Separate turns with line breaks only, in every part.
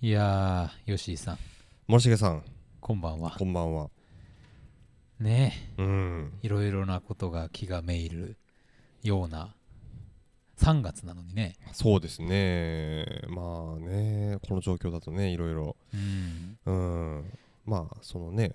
いやー、吉井さん、
森重さん
こんばんは。
こんばんは
ね
うん
え、いろいろなことが気がめいるような3月なのにね。
そうですねまあねこの状況だとねいろいろ
うん。
うんまあそのね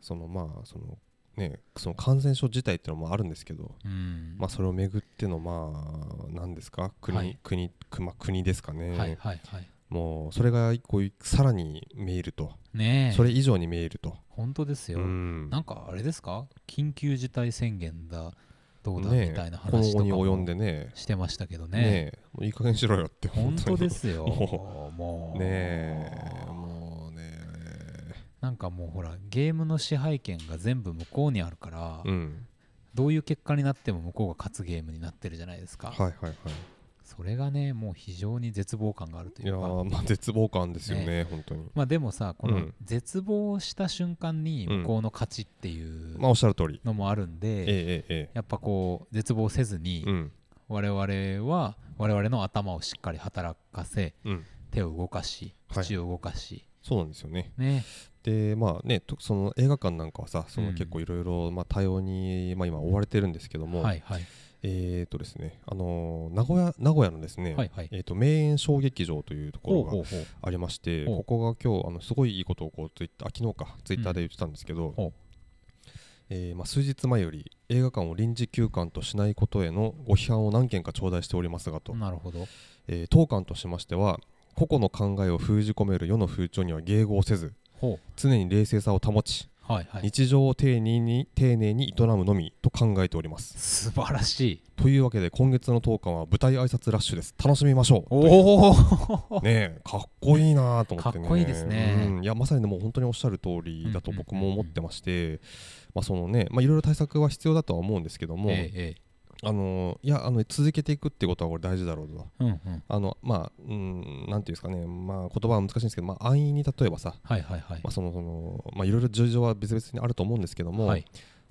そのまあそのねその感染症自体っていうのもあるんですけど
うん。
まあそれをめぐってのまあ何ですか国、
はい
国くまあ国ですかね、
はいはいはい。
もうそれが一個さらに見えると、
ねえ、
それ以上に見えると、
本当ですよ。
うん
なんかあれですか緊急事態宣言だ、どうだ、
ねえ
みたいな
この
話と
後
か
に及ん
も
でね
してましたけど
ね
ね。
えもういい加減にしろよって
本当
に
ですよ。
も
もう。
ねえもうね
なんかもうほら、ゲームの支配権が全部向こうにあるから、
うん
どういう結果になっても向こうが勝つゲームになってるじゃないですか。
はいはいはい
それがねもう非常に絶望感があると
い
い
や
うか
ーまあ絶望感ですよね本当に
まあでもさこ
う
の
ん
絶望した瞬間に
うん
向こうの勝ちっていう
まあおっしゃる通り
のもあるんで、
ええええ
やっぱこう絶望せず
え
に
えうん
我々は我々の頭をしっかり働かせ
うん
手を動かし
はい
口を動かし、
そうなんですよね
ね
でまあねとその映画館なんかはさその
うん
結構いろいろまあ対応にまあ今追われてるんですけども、
はいはい
えっ、とですねあのー名古屋名古屋のですね、
はいはい
えっ、と名園小劇場というと
ほ
ころ
う
が
ほうほう
ありまして
ほう
ここが今日あのすごいいいことをこうツイッターあ昨日かツイッターで言ってたんですけど、
ほう
えーまあ、数日前より映画館を臨時休館としないことへのご批判を何件か頂戴しておりますがと、
なるほど
えー当館としましては個々の考えを封じ込める世の風潮には迎合せず
ほ
常に冷静さを保ち
うはいはい
日常を丁寧に丁寧に営むのみと考えております
素晴らしい
というわけで今月の当館は舞台挨拶ラッシュです楽しみましょう
おお
ねえかっこいいなと思って
か
ね
っこいいですね
うんいやまさにでも本当におっしゃる通りだと
うんうんうんうん
僕も思ってましてまあそのねまあいろいろ対策は必要だとは思うんですけども、
ええええ
あのいやあの続けていくってことはこれ大事だろうと
うんうん
あのまあうんなんていうんですかねまあ言葉は難しいんですけどまあ安易に例えばさ
はいはいはい
まあそのそのまあいろいろ事情は別々にあると思うんですけども、
はい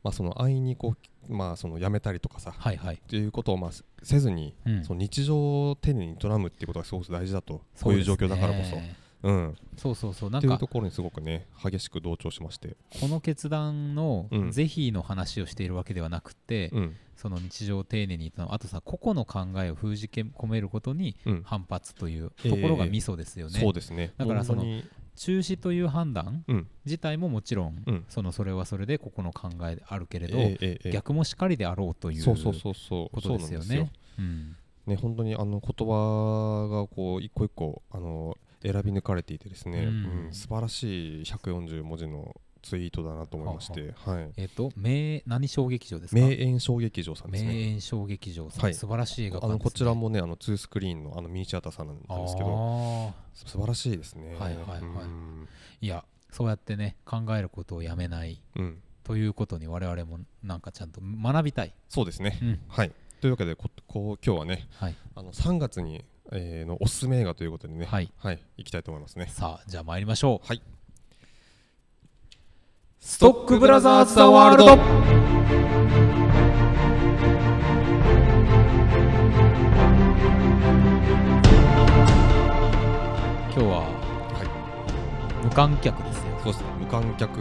まあその安易にこうまあそのやめたりとかさ
はいはい
っていうことをまあせずに、
うん
その日常を丁寧に営むっていうことがすごく大事だとこ
そうう
い
で
う
すね
状況だからこそうん
そうそうそうなん
っていう
か
ところにすごくね激しく同調しまして、
この決断の
うん
是非の話をしているわけではなくて、
うん
その日常を丁寧に言ったあとさ個々の考えを封じ込めることに
うん
反発という
ええ
ところがミソですよね、
そうですね
だからその
本
中止という判断
当に
自体ももちろん、
うん
そのそれはそれで個々の考えであるけれど、
うんええええ
逆もしかりであろうという
そうそうそうそう
ことですよ
そうなん
ね。うん
ね本当にあの言葉がこう一個一個あの選び抜かれていてですね、
うん
うん素晴らしい140文字のツイートだなと思いまして、はい、
えっ、と名何小劇場ですか
名演小劇場さんです
名
ね
演小劇場さん、
はい
素晴らしい映画
あ
館です、
の
ね、
こちらもねあのツースクリーンのあのミニチュアタさんなんですけど
あー
素晴らしいですね
はいはいはい
うん
いやそうやってね考えることをやめない
うん
ということに我々もなんかちゃんと学びたい、
そうですね
うん
はいというわけでここう今日はね
はい
あの3月に、えーのおすすめ映画ということでね、、
はいい、
はい、いきたいと思いますね。
さあじゃあ参りましょう
はい。
ストックブラザーズ・ザ・ワールド今日は
は
無観客ですよ
い。そうですね。無観客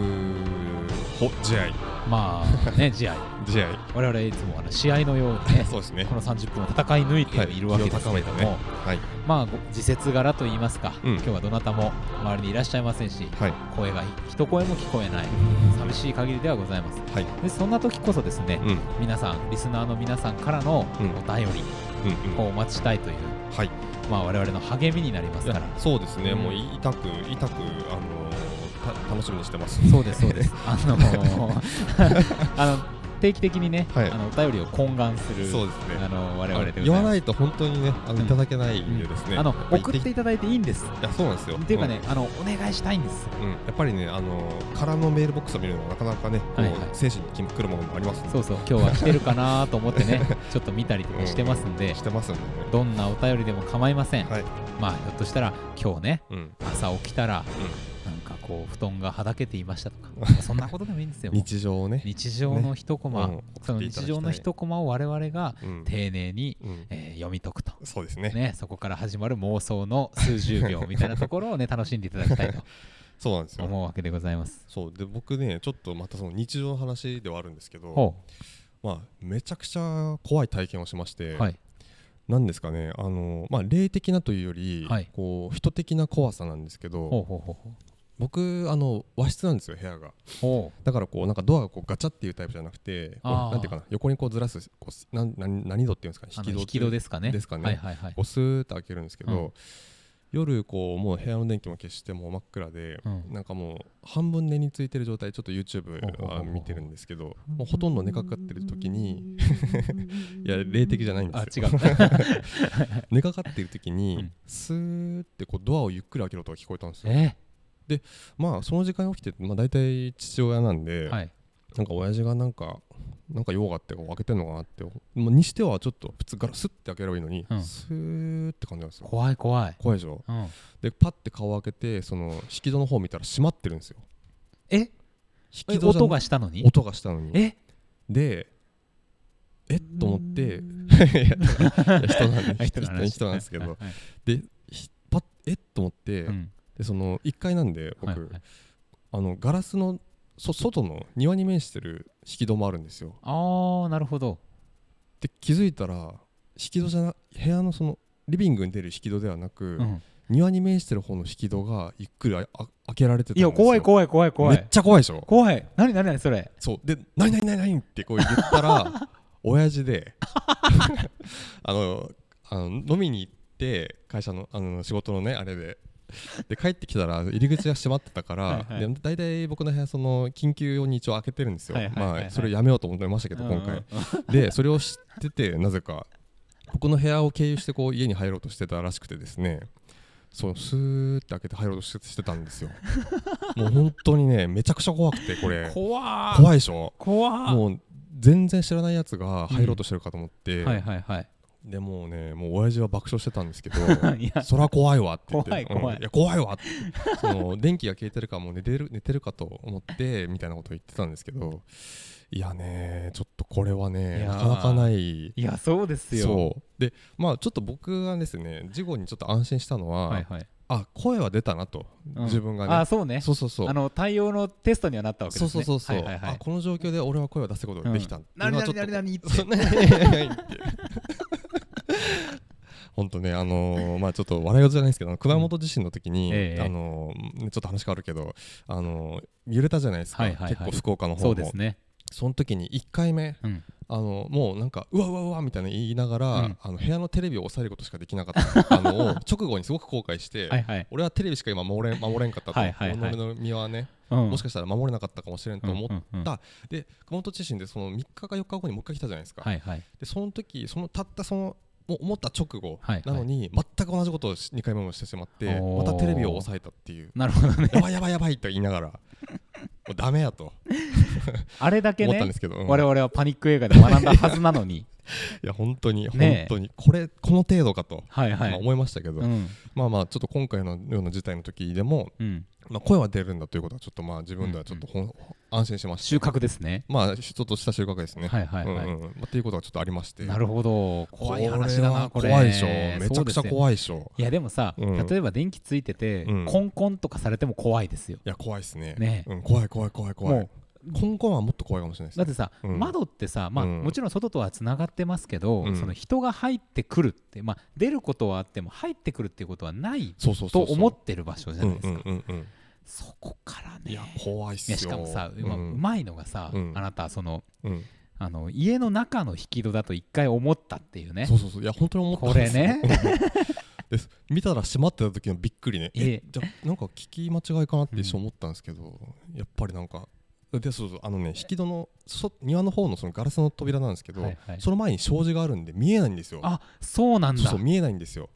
ほ試合
まあ ね試合
試合。
我々いつもあの試合のように ね
そうですね
こ。の30分を戦い抜いているわけですけれども、
気を高めたねはい
まあご自節柄といいますか、
うん
今日はどなたも周りにいらっしゃいませんし
はい
声が一声も聞こえない寂しい限りではございます
はい。
でそんな時こそですね、
うんうん
皆さんリスナーの皆さんからのお
うん
便り
う
をお待ちしたいという、
ん。はい。
まあ、我々の励みになりますから
そうですね。
うん
もうい痛く痛くあのーた楽しみにしてます。
そうですそう ですあのー あの定期的にね、
はい
あのお便りを懇願する
そうですね
あの我々でございます
言わないと本当にねあの
うん
いただけないんでですね。
あの
やぱり
送っていただいていいんです
いやそうなんですよ。
っていうかね、あのお願いしたいんです
うん。うんやっぱりねあのー空のメールボックスを見るのはなかなかね、
はいはい
もう精神にきくるものもありますんで。
そうそう今日は来てるかなと思って ねちょっと見たりとかしてますんで
してますんでね。
どんなお便りでも構いません、
はい。
まあひょっとしたら今日ね
うん。
朝起きたらなんかこう布団がはだけていましたとか まあそんなことでもいいんですよ
日常をね。
日常の一コマ、
うん
その日常の一コマを我々が
うん
丁寧に、
うん
え読み解くと、
そうですね
ね、そこから始まる妄想の数十秒みたいなところを ね楽しんでいただきたい
そうなんです
と
よ
思うわけでございます。
そうで僕ねちょっとまたその日常の話ではあるんですけど、
ほ
まあ、めちゃくちゃ怖い体験をしまして、
うはい
なんですかねあの、まあ、霊的なというより、
はい
こう人的な怖さなんですけ
ほう
ど
ほうほうほう
僕あの和室なんですよ部屋が
ほ
だからこうなんかドアがこうガチャっていうタイプじゃなくてこう
あー
なんていうかな横にこうずらすこうなんなん何度っていうんですか
うあの
引き戸
引き戸ですかね。
ですかね
はいはいはい
こ。うスーッと開けるんですけど、
うん
夜こうもう部屋の電気も消してもう真っ暗で、
うん
なんかもう半分寝についてる状態ちょっと YouTube
ほうほうほうほ
は
う
見てるんですけどもうほとんど寝かかってる時に いや霊的じゃないんで
あ
す
違
よ
う。
寝かかってる時に、
うん
スーってこうドアをゆっくり開ける音が聞こえたんですよ
え
まあその時間に起きてて、まあ、大体父親なんで、
はい。
なんか親父がなんかなんか用があってこう開けてんのかなって、まあ、にしてはちょっと普通ガラスって開ければいいのに、
うん
スーって感じなんですよ
怖い怖い。
怖いでしょ
うん。
でパッて顔を開けてその引き戸の方を見たら閉まってるんですよ
え
引き戸じゃ
音がしたのに
音がしたのに
え
でえっと思っていやいや 人なんで人
の話
人なんですけど
はいはい
ひパッえっと思って、
うん
でその1階なんで僕、
はいはい
あのガラスのそ外の庭に面してる引き戸もあるんですよ
あーなるほど。
で気づいたら引き戸じゃな部屋のそのリビングに出る引き戸ではなく、
うん
庭に面してる方の引き戸がゆっくりああ開けられて
い
たんですよ
や怖い怖い怖い怖
めっ
い。
ちゃ怖いでしょ
怖い。何何何それ。
そうで「何何何何?」ってこう言っ たら親父で あのあの飲みに行って会社のあの仕事のねあれで。で帰ってきたら入り口が閉まってたから
はいはい
で大体僕の部屋その緊急用に一応開けてるんですよ、
はいはいはいはい
まあ、それをやめようと思ってましたけど今
う
回
ん、うんうん
でそれを知っててなぜか僕の部屋を経由してこう家に入ろうとしてたらしくてですねそうスーって開けて入ろうとしてしてたん ですよもう本当にねめちゃくちゃ怖くてこれ
怖い
怖いでしょ
怖
もう全然知らないやつが入ろうとしてるかと思って、
はいはいはい。
でもうねもう親父は爆笑してたんですけど
いや
そりゃ怖いわって言って
怖い怖い
うんや怖いわって その電気が消えてるかもう寝てる寝てるかと思ってみたいなこと言ってたんですけどいやねちょっとこれはね
いやー
なかなかない
いやそうですよ。
そうでまあちょっと僕がですね事後にちょっと安心したのは、
はいはい。
あ声は出たなと、
うん
自分がね
あーそうね。
そうそうそう
あの対応のテストにはなったわけで
そう
す
そう
ね。
そうそう、
はいはいは
あ
い。
この状況で俺は声を出すことができたっていう
何
のはちょ
何
っと、
何何って。
そうね って本当ね、あのーまあちょっと笑い事じゃないですけど、熊本地震の時
う
に、
んええ
あのーねちょっと話変わるけど、あのー揺れたじゃないですか、
はいはいはい
結構福岡の方も。
そうですね。
その時に1回目、
うん
あのもうなんかうわうわうわみたいな言いながら、
うん
あの部屋のテレビを抑えることしかできなかったのを 直後にすごく後悔して、
はいはい。
俺はテレビしか今守れん守れんかったと、
はいはいはい
己の身はね、
うん
もしかしたら守れなかったかもしれんと思って、
うんうんうん
熊本地震でその3日か4日後にもう一回来たじゃないですか、
はいはい。
でその時そのたったそのもう思った直後
はいはい
なのに、全く同じことを2回目もしてしまって
お
ま
ー
たテレビを抑えたっていう
なるほどね。
やばいやばいやばいと言いながらもうダメやと
あれだけ
思った
ね
んで、すけど、うん
我々はパニック映画で学んだはずなのに。
いや本当に本
ねえ
当にこれこの程度かと、
はいは
まあ
い。
思いましたけど、
うん
まあまあちょっと今回のような事態の時でも、
うん。
まあ、声は出るんだということはちょっとまあ自分ではちょっとほん、安心しました
収穫ですね。
まあちょっとした収穫ですね。
はいはいはい
うんうんまあ、っていうことはちょっとありまして
なるほど。怖い話だな、これ。
は怖いでしょめちゃくちゃ
い。
怖いでしょ
いやでもさ、
うん
例えば電気ついてて、
うん
コンコンとかされても怖いですよ。
いや怖いですね
ね
うん、怖い怖い怖い怖い
も
コンコンはもっと怖いかもしれないです
だ
ね
ってさ、
うん
窓ってさ、まあ
うん
もちろん外とはつながってますけど、
うん
その人が入ってくるって、まあ、出ることはあっても入ってくるっていうことはない
そうそう
と
そうそう
思ってる場所じゃないですか、
うんうんうん
そこから
うん、い
ね
や怖いっ
い
す
や
よ
しかもさ、
うん
まあうまいのがさ、
うん
あなたその
うん、
あの家の中の引き戸だと一回思ったっていうね
そうそうそういや本当に思ったん
これね
うん です見たら閉まってた時のびっくりね
ええ
えじゃあなんか聞き間違いかなって一瞬思ったんですけど、やっぱりなんかでそうそうあのね引き戸のそ庭の方のそのガラスの扉なんですけど、
はいはい
その前に障子があるんで見えないんですよ
あそうなんだ
そうそう見えないんですよ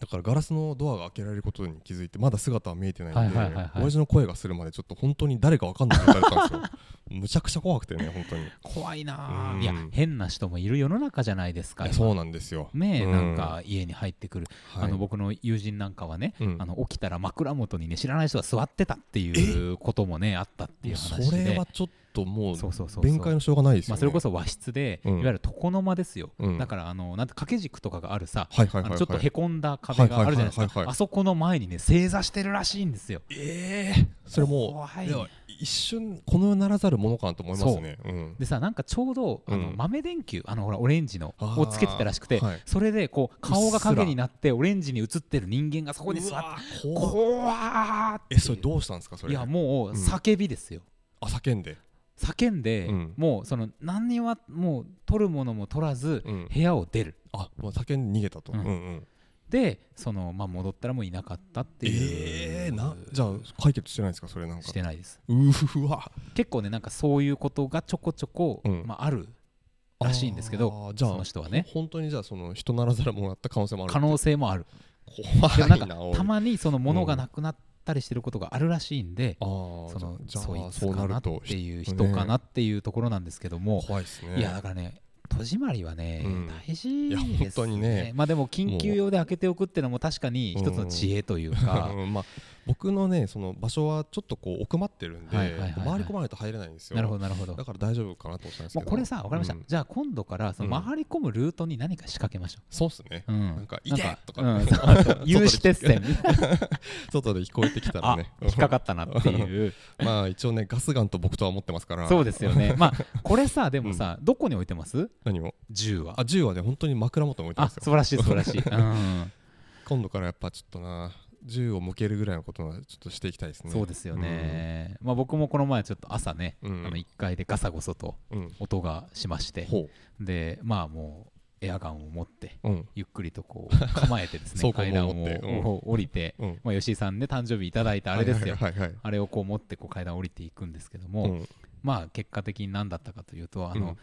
だからガラスのドアが開けられることに気づいてまだ姿は見えてないので、
はいはいはいはい
親父の声がするまでちょっと本当に誰か分かんない状態 だったんですよむちゃくちゃ怖くてね本当にい
怖い
うん
なあいや変な人もいる世の中じゃないですか
やそうなんですよ
ねえ、
う
なんか家に入ってくる、
はい
あの僕の友人なんかはね、
うん
あの起きたら枕元にね知らない人が座ってたっていうこともねあったっていう話
そ
で
れはちょっともう
そうそうそうそう
弁解のしようがないですよ
まあ、
ね。
それこそ和室で、
うん
いわゆる床の間ですよ、
うん
だからあのなんて掛け軸とかがあるさ、
はいはい
あ
はいは
の
い、
ちょっとへこんだ壁があるじゃないですか、
はいはいはいはいはい
あそこの前にね正座してるらしいんですよ
ええそれもう
怖い
いや一瞬この世ならざるものかなと思いますね。うん
でさなんかちょうどあの、
うん
豆電球あのほらオレンジの
あー
をつけてたらしくて、
はい
それでこう顔が影
うっすら
になってオレンジに映ってる人間がそこに座って
うわ怖っ
怖ーって
えそれどうしたんですかそれ。
いやもう
うん
叫びですよ、
あ叫んで。
叫んで、
うん
もうその何にはもう取るものも取らず、
うん
部屋を出る
あもう叫んで逃げたと。
う
うんんうん。
でその、まあ、戻ったらもういなかったっていう、
ええなじゃあ解決してないんですかそれなんか
し。てないです
うーわ。
結構ねなんかそういうことがちょこちょこ、
うん
まあ、あるらしいんですけど
あーじゃあ
その人はね
本当にじゃあその人ならざるものだった可能性もある。
可能性もある
怖い
で
な
もなんか
おい
たまにその物がなくなったりしてることがあるらしいんで、
あ
その
ーじゃあ
そいつ
そう
か
な
なっ
ると
ていう人かなっていうところなんですけども、
怖いですね。
いやだからね戸締まりはね、
うん
大事
い
で
や
す、ね、
本当にね
まあでも緊急用で開けておくっていうのも確かに一つの知恵というか、
うんまあ、僕のねその場所はちょっとこう奥まってるんで、
はいはいはいはい
回り込まないと入れないんですよ
なるほどなるほど
だから大丈夫かなとおっしゃるんです
もう
けど
これさ分かりました、
うん
じゃあ今度からその回り込むルートに何か仕掛けましょ
そうっすね
う、、うん
なんか「痛っ!」とか、
うんそうそう有刺鉄線
外で聞こえてきたら
あ
ね
引っかかったなって いう
まあ一応ねガスガンと僕とは持ってますから
そうですよねまあこれさでもさ、どこに置いてます
何も
銃は
あ銃はね本当に枕元に置いて
あ
ます
素晴
よ
らしい素晴ら しい、うん
今度からやっぱちょっとな銃を向けるぐらいのことはちょっとしていきたいですね
そうですよね、まあ僕もこの前ちょっと朝ね、
うん
あの1階でガサゴソと
うん、うん
音がしまして
ほ
でまあもうエアガンを持って
ううん
ゆっくりとこう 構えてですね
装甲
階
も
段
持
を
ってうん
もう降りて、
うん
まあ、吉井さんね誕生日いただいたあれですよ、
はいはいはい
あれをこう持ってこう階段を降りていくんですけども、
はい、うん
まあ結果的に何だったかというとあの、
うん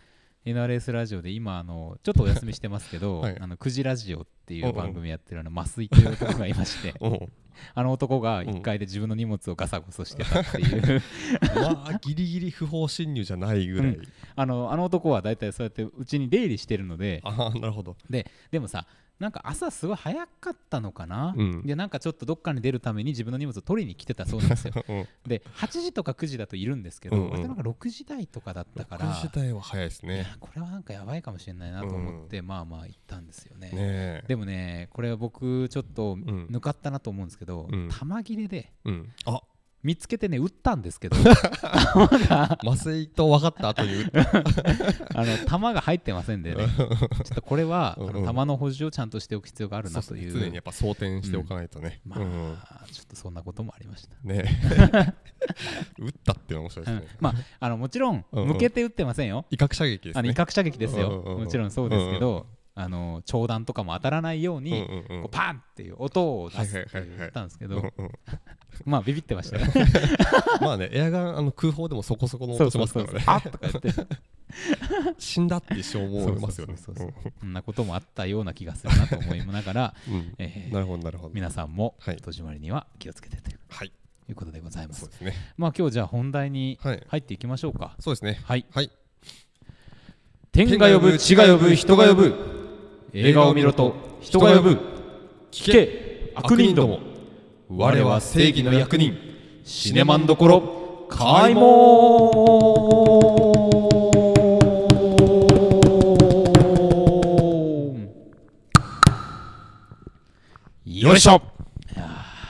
NRS ラジオで今あ のちょっとお休みしてますけど、
はい
あの9時ラジオってい
おう
う
おう
番組やってるあの麻酔という男がいま して
おう
あの男が1階で自分の荷物をガサゴソしてたっていう
まあギリギリ不法侵入じゃないぐらい、
うんあのあの男は大体そうやってうちに出入りしてるので
ああなるほど
ででもさなんか朝すごい早かったのかな、
うん
でなんかちょっとどっかに出るために自分の荷物を取りに来てたそうなんです よ
うん
で8時とか9時だといるんですけど、
うんうん
割となんか6時台とかだったから
6時台は早いです
いや
ね。
これはなんかやばいかもしれないなと思って、まあまあ行ったんですよね
ねえ。
でもねこれは僕ちょっと
ん
抜かったなと思うんですけど、
うん
玉切れで
うん、あ
見つけてね打ったんですけど
麻酔と分かった 後に打った。
あの玉が入ってませんでねちょっとこれは、
うんうん
あの玉の補充をちゃんとしておく必要があるな
そ
と
う
い
で
う
すね常にやっぱ装填しておかないとね。
ま
うん
あ、ちょっとそんなこともありました。
ね え。打ったっていうのは面白いですね。
まあ、あのもちろん
うんうん
向けて打ってませんよ、
威嚇射撃です
あの威
ね。
嚇射撃です
うんうん
よ、
うん
もちろんそうですけど、あの長弾とかも当たらないように、
うんうんうん
こうパンっていう音を出すって
はいはいはいはい
言ったんですけ
う
ど、
んうん
まあ、ビビってましたよ、
まあね、エアガンあの空砲で もそこそこの
そ
音
う
し
そうそ
ますか
う
らね、。
あっとか言って、
死んだって一生思いますよね。
そうそうそうそうそんなこともあったような気がするなと思いながら、
うんうん
えー
なるほど、なるほど。
皆さんも
はい
戸締まりには気をつけてという
はい、
いうことでございま
そ
す
う。ですね。
まあ今日じゃあ本題に
はい、
入っていきましょうか。
そうですね。
はい、
はい、
天が呼ぶ、地が呼ぶ、人が呼ぶ。映画を見ろと、人が呼ぶ。聞け、悪人ども。我は正義の役人。シネマンどころ、開門よいしょ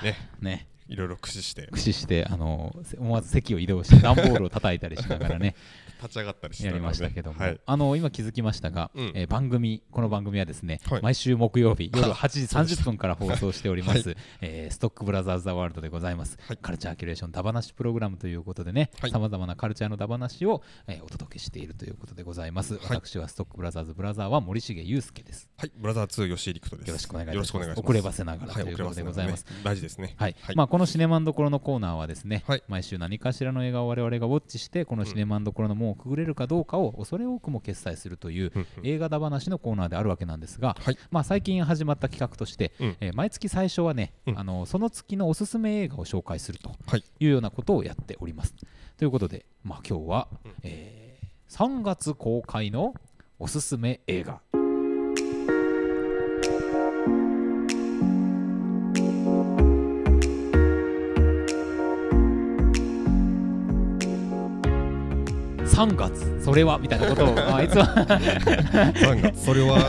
ね、
ね、
いろいろ駆使して
駆使して、あの、思わず席を移動して、段ボールを叩いたりしながらね。
立ち上がったりして
や
の
り
で
ましたけども、
はい、
あの今気づきましたが、
うん
えー番組この番組はですね、
はい
毎週木曜日 夜
あ
8時30分から放送しております、
は
えーストックブラザーズ・ザ・ワールドでございます、
はい
カルチャーキュレーションダバなしプログラムということでね
はい
さまざまなカルチャーのダバなしを、えーお届けしているということでございます、私はストックブラザーズ・ブラザーは森重裕介です
はい、ブラザー2吉井陸斗です。
よろしくお願いいたします
よろしくお願いします。
遅ればせながら
はい
ということでございます
遅ればせながらね大事ですね。
はいまあ、このシネマンどころのコーナーはですね、
はい
毎週何かしらの映画を我々がウォッチしてこのシネマンどころの門をくぐれるかどうかを恐れ多くも決済するという
うん
映画だ話のコーナーであるわけなんですが、
はい
まあ、最近始まった企画として、
うん
えー毎月最初はね、
うん
あのその月のおすすめ映画を紹介すると
はい。
いうようなことをやっております。ということで、まあ、今日は、えー3月公開のおすすめ映画3月それはみたいなこと をあいつは
3月それは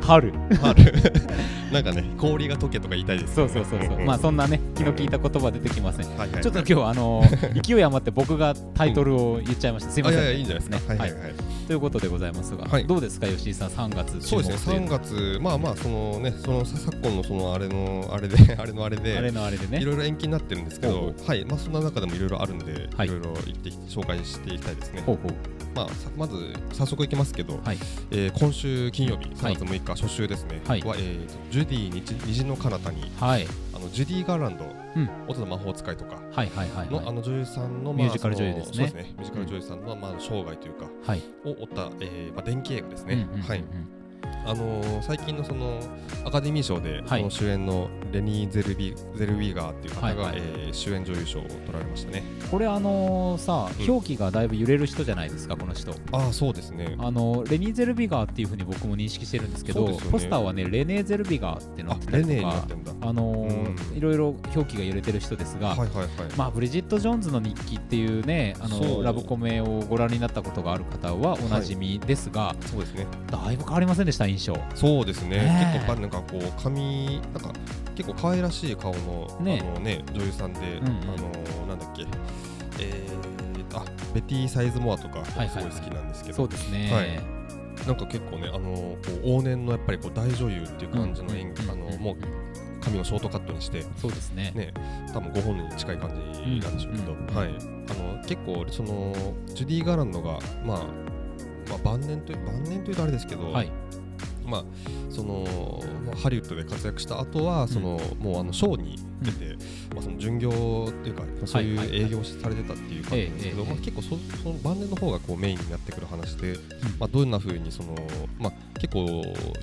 春
春 なんかね氷が溶けとか言いたいです
そうそうそうそうまあそんなね気の利いた言葉出てきませんちょ
はいはい
っと今日はあの ー勢い余って僕がタイトルを言っちゃいましたすいま
あい
せん
やいやいいんじゃないですか、
ね
はいはいはい
ということでございますが、
はい
どうですか吉井さん3月
そうですね3
月
月まあまあそのねそのさ昨今のそのあれのあれであれのあれ
あれ
で
のあれで
い
ね
ろいろ延期になってるんですけ
ほう
どはいまあそんな中でもいろいろあるんで
はい
いろいろ行って紹介していきたいですね
ほうほう
まあさまず早速いきますけど
はい
えー今週金曜日3月6日初週ですね
はい
はえーとジュディ日虹の彼方に
はい
あのジュディ・ガーランド
うん
音の魔法使いとか
はいはいはい
のあ
は
の女優さんの
ミュージカル女優ですね
まあそのそうですねミュージカル女優さんのまあ生涯というか
いはい
を追ったえーまあ電気映画です
うん
ね
うんうんうん
はいあのー最近のそのアカデミー賞で、
はい
その主演のレニー・ゼルビゼルウィーガーっていう方が、
はいはい
えー主演女優賞を取られましたね。
これあのーさ
うん
表記がだいぶ揺れる人じゃないですかこの人
ああ、そうですね。
あのレニー・ゼルビガーっていうふうに僕も認識してるんですけど
そうですよね
ポスターはねレネー・ゼルビガーってな
あ
ってた
レ
り
ネー
と
になっ
か
てんだ。
あのー
うん
いろいろ表記が揺れてる人ですが、
はいはいはい。
まあ、ブリジット・ジョーンズの日記っていうねあ
そ
の
う
ラブコメをご覧になったことがある方はおなじみですが、
そうですね。
だいぶ変わりませんでした印象
そうですね。
ねえ
結構ばなんかこう髪なんか結構可愛らしい顔の、
ねえ
あのね女優さんで、
んうん
あのーなんだっけ、えー、あベティ・サイズモアとかすご
はい
い
はいはい
好きなんですけど、
そうですね、
はいなんか結構ねあのーこう往年のやっぱりこう大女優っていう感じの演技、
うん
あのーもう髪をショートカットにして。
そうですね
ね、多分ご本人に近い感じなんでしょうけど、
うんうん
はい、あの結構そのジュディ・ガーランドが、まあまあ、晩年という晩年というとあれですけど、
はい
まあ、そのまあハリウッドで活躍した後はその、もうあのショーに出て、まあ、その巡業っていうかそうい
はいは
う
いはい
営業をされてたっていう感じなんですけど、
ええええ
まあ、結構そその晩年の方がこうメインになってくる話で、まあ、どんな風にそのまあ、結構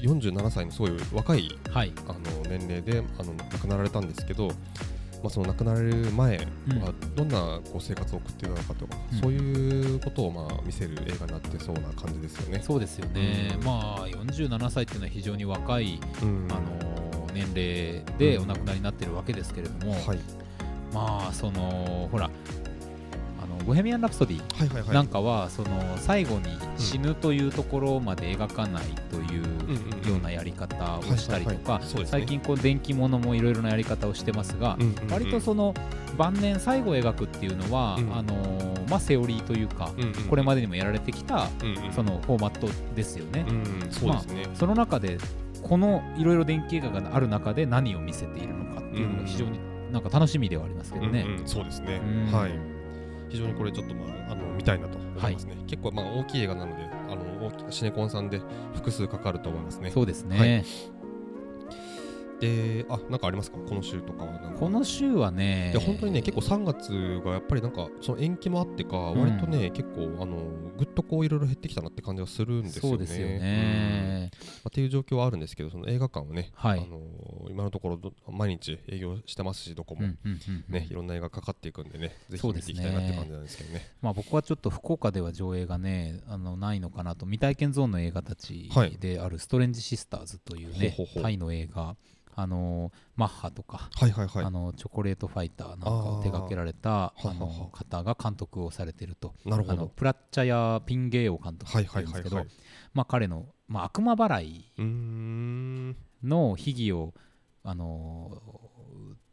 47歳のすごい若い
はい
あの年齢であの亡くなられたんですけど、まあ、その亡くなられる前はどんなこう生活を送っていたのかとか、
うん
そういうことをまあ見せる映画になってそうな感じですよね。
そうですよね、
うん
まあ47歳っていうのは非常に若い、
うん
あのー年齢で
う
お
ん
亡くなりになってるわけですけれども、
はい、
まあそのほらあの「ボヘミアン・ラプソディ」
はいはいはい
なんかはその最後に死ぬというところまで描かないという
うんうんうん
ようなやり方をしたりと
は
か
いはいはいそうですね
最近こう電気ものもいろいろなやり方をしてますが
うんうんうん
割とその晩年最後描くっていうのは
うん
あのーまあセオリーというか
うんうんうん
これまでにもやられてきた
うんうん
そのフォーマットですよね
う。ん、そうですね。
その中でこのいろいろ電気映画がある中で何を見せているのかっていうのが非常になんか楽しみではありますけど
うん
ね。
うんそうですね、
うん
はい、非常にこれちょっと、まあ、あの見たいなと思いますね、結構まあ大きい映画なのであの大きシネコンさんで複数かかると思いますね
そうですね、
はいであなんかありますかこの週とかはなんか
この週はね
で本当にね結構3月がやっぱりなんかその延期もあってか
ん
割とね、結構あのぐっとこういろいろ減ってきたなって感じがするんですよね。
そうですよ
うんま
ね。
あっていう状況はあるんですけどその映画館をね、
はい
あのー今のところど毎日営業してますしどこも、
うんうんうん
ねいろんな映画かかっていくんでねぜひ
そう
見
で
て
すね
いきたいなって感じなんですけどね。
まあ、僕はちょっと福岡では上映がねあのないのかなと未体験ゾーンの映画たち
はい
である「ストレンジ・シスターズ」というね、
ほうほうほう
タイの映画あのマッハとか、
はいはいはい
あ。のチョコレート・ファイターなんかを手掛けられたあ
ーははは
の方が監督をされてると
なるほ
あの
ど。
プラッチャやピンゲーを監督
は
さ
い
れて
はい
るんで
は
す
い
け
はい。
ど
う
まあ彼の、まあ、悪魔払い
ーん。
の秘義をあの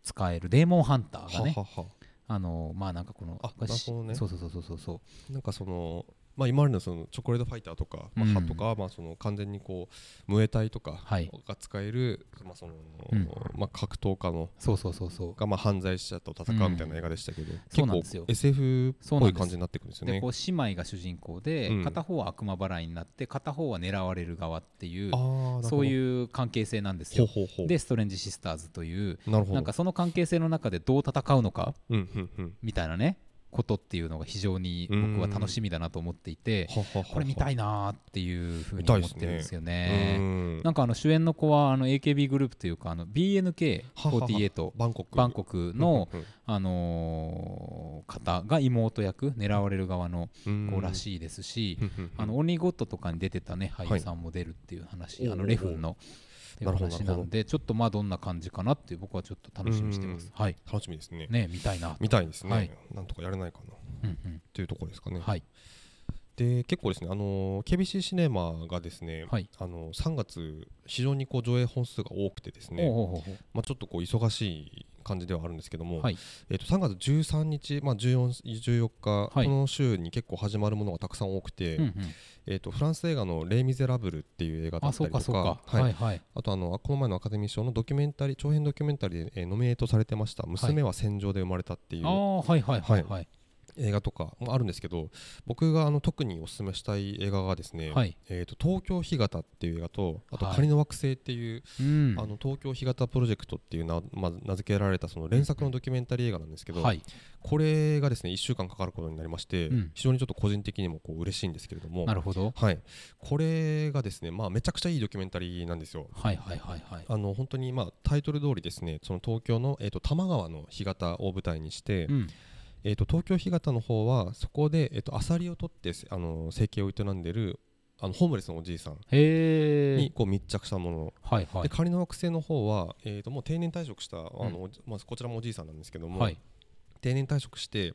使えるデーモンハンターがね
ははは。
あのまあなんかこの
あ
これし
なるほどね
そうそうそうそうそうそう
なんかそのまあ、今までのそのチョコレートファイターとか、まあ、
うん
歯とか、まあ、その完全にこうムエタイとか
はい
が使える、まあその
うん
まあ、格闘家の
そうそうそうそう
がまあ犯罪者と戦うみたいな映画でしたけど、
そうなんですよ
結構 SF っ
そうな
ぽ
ん
い
です
感じになってくるんですよ
で
ね
こ。う姉妹が主人公で、
うん
片方は悪魔払いになって片方は狙われる側っていう
あーなるほど
そういう関係性なんです
ほ
よ。
うほうほう
でストレンジ・シスターズという
なるほど
なんかその関係性の中でどう戦うのか
うんうんうん
みたいなねことっていうのが非常に僕は楽しみだなと思っていて
ははは
これ見たいなーっていうふうに思ってるんですよ
う
ね。
ん
なんかあの主演の子はあの AKB グループというかあの BNK48
バンコク
バンコクの、
うんうん
あのー方が妹役狙われる側の
うん
子らしいですし、
うんうんうん
あのオンリーゴッドとかに出てたね
い
俳優さんも出るっていう話、あ
おうお
の
う
レフンのっていう
なるほど
話なんでちょっとまあどんな感じかなっていう僕はちょっと楽しみにしてます
うん
はい
楽しみですね
ね見たいな
見たいですね、
はい
なんとかやれないかな
うんうん
というところですかね。
はい
で結構ですね、あのー KBC シネマがですね、
はい
あのー3月、非常にこう上映本数が多くてですね、
ほうほうほうほう
まあ、ちょっとこう忙しい感じではあるんですけども、
はい
えっと3月13日、まあ、14, 14日、
はい
この週に結構始まるものがたくさん多くて、
うんうん
えっとフランス映画の「レイ・ミゼラブル」っていう映画だ
あ
った
そう
り
か
とか
そうか
はい
はいはい
あとあのこの前のアカデミー賞のドキュメンタリー長編ドキュメンタリーで、えーノミネートされてました「娘は戦場で生まれた」ってい
あ
う
あはいはいはいはい
映画とかもあるんですけど僕があの特におすすめしたい映画がですね、
はい
えー、と東京干潟っていう映画とあと
はい
仮の惑星っていう、
うん
あの東京干潟プロジェクトっていうな、まあ、名付けられたその連作のドキュメンタリー映画なんですけど、
はい
これがですね1週間かかることになりまして、
うん
非常にちょっと個人的にもこう嬉しいんですけれども
なるほど
はい、これがですね、まあ、めちゃくちゃいいドキュメンタリーなんですよ。
はいはいはいはい
あの本当にまあタイトル通りですねその東京の、えー、と多摩川の干潟を舞台にして、
うん
えー、と東京干潟の方はそこで、えー、とアサリを取ってあの生計を営んでるあのホームレスのおじいさん
へ
に
え
こう密着したもの、
はいはい
で仮の惑星の方は、えー、ともう定年退職したあの、おじまあ、こちらもおじいさんなんですけども、
はい
定年退職して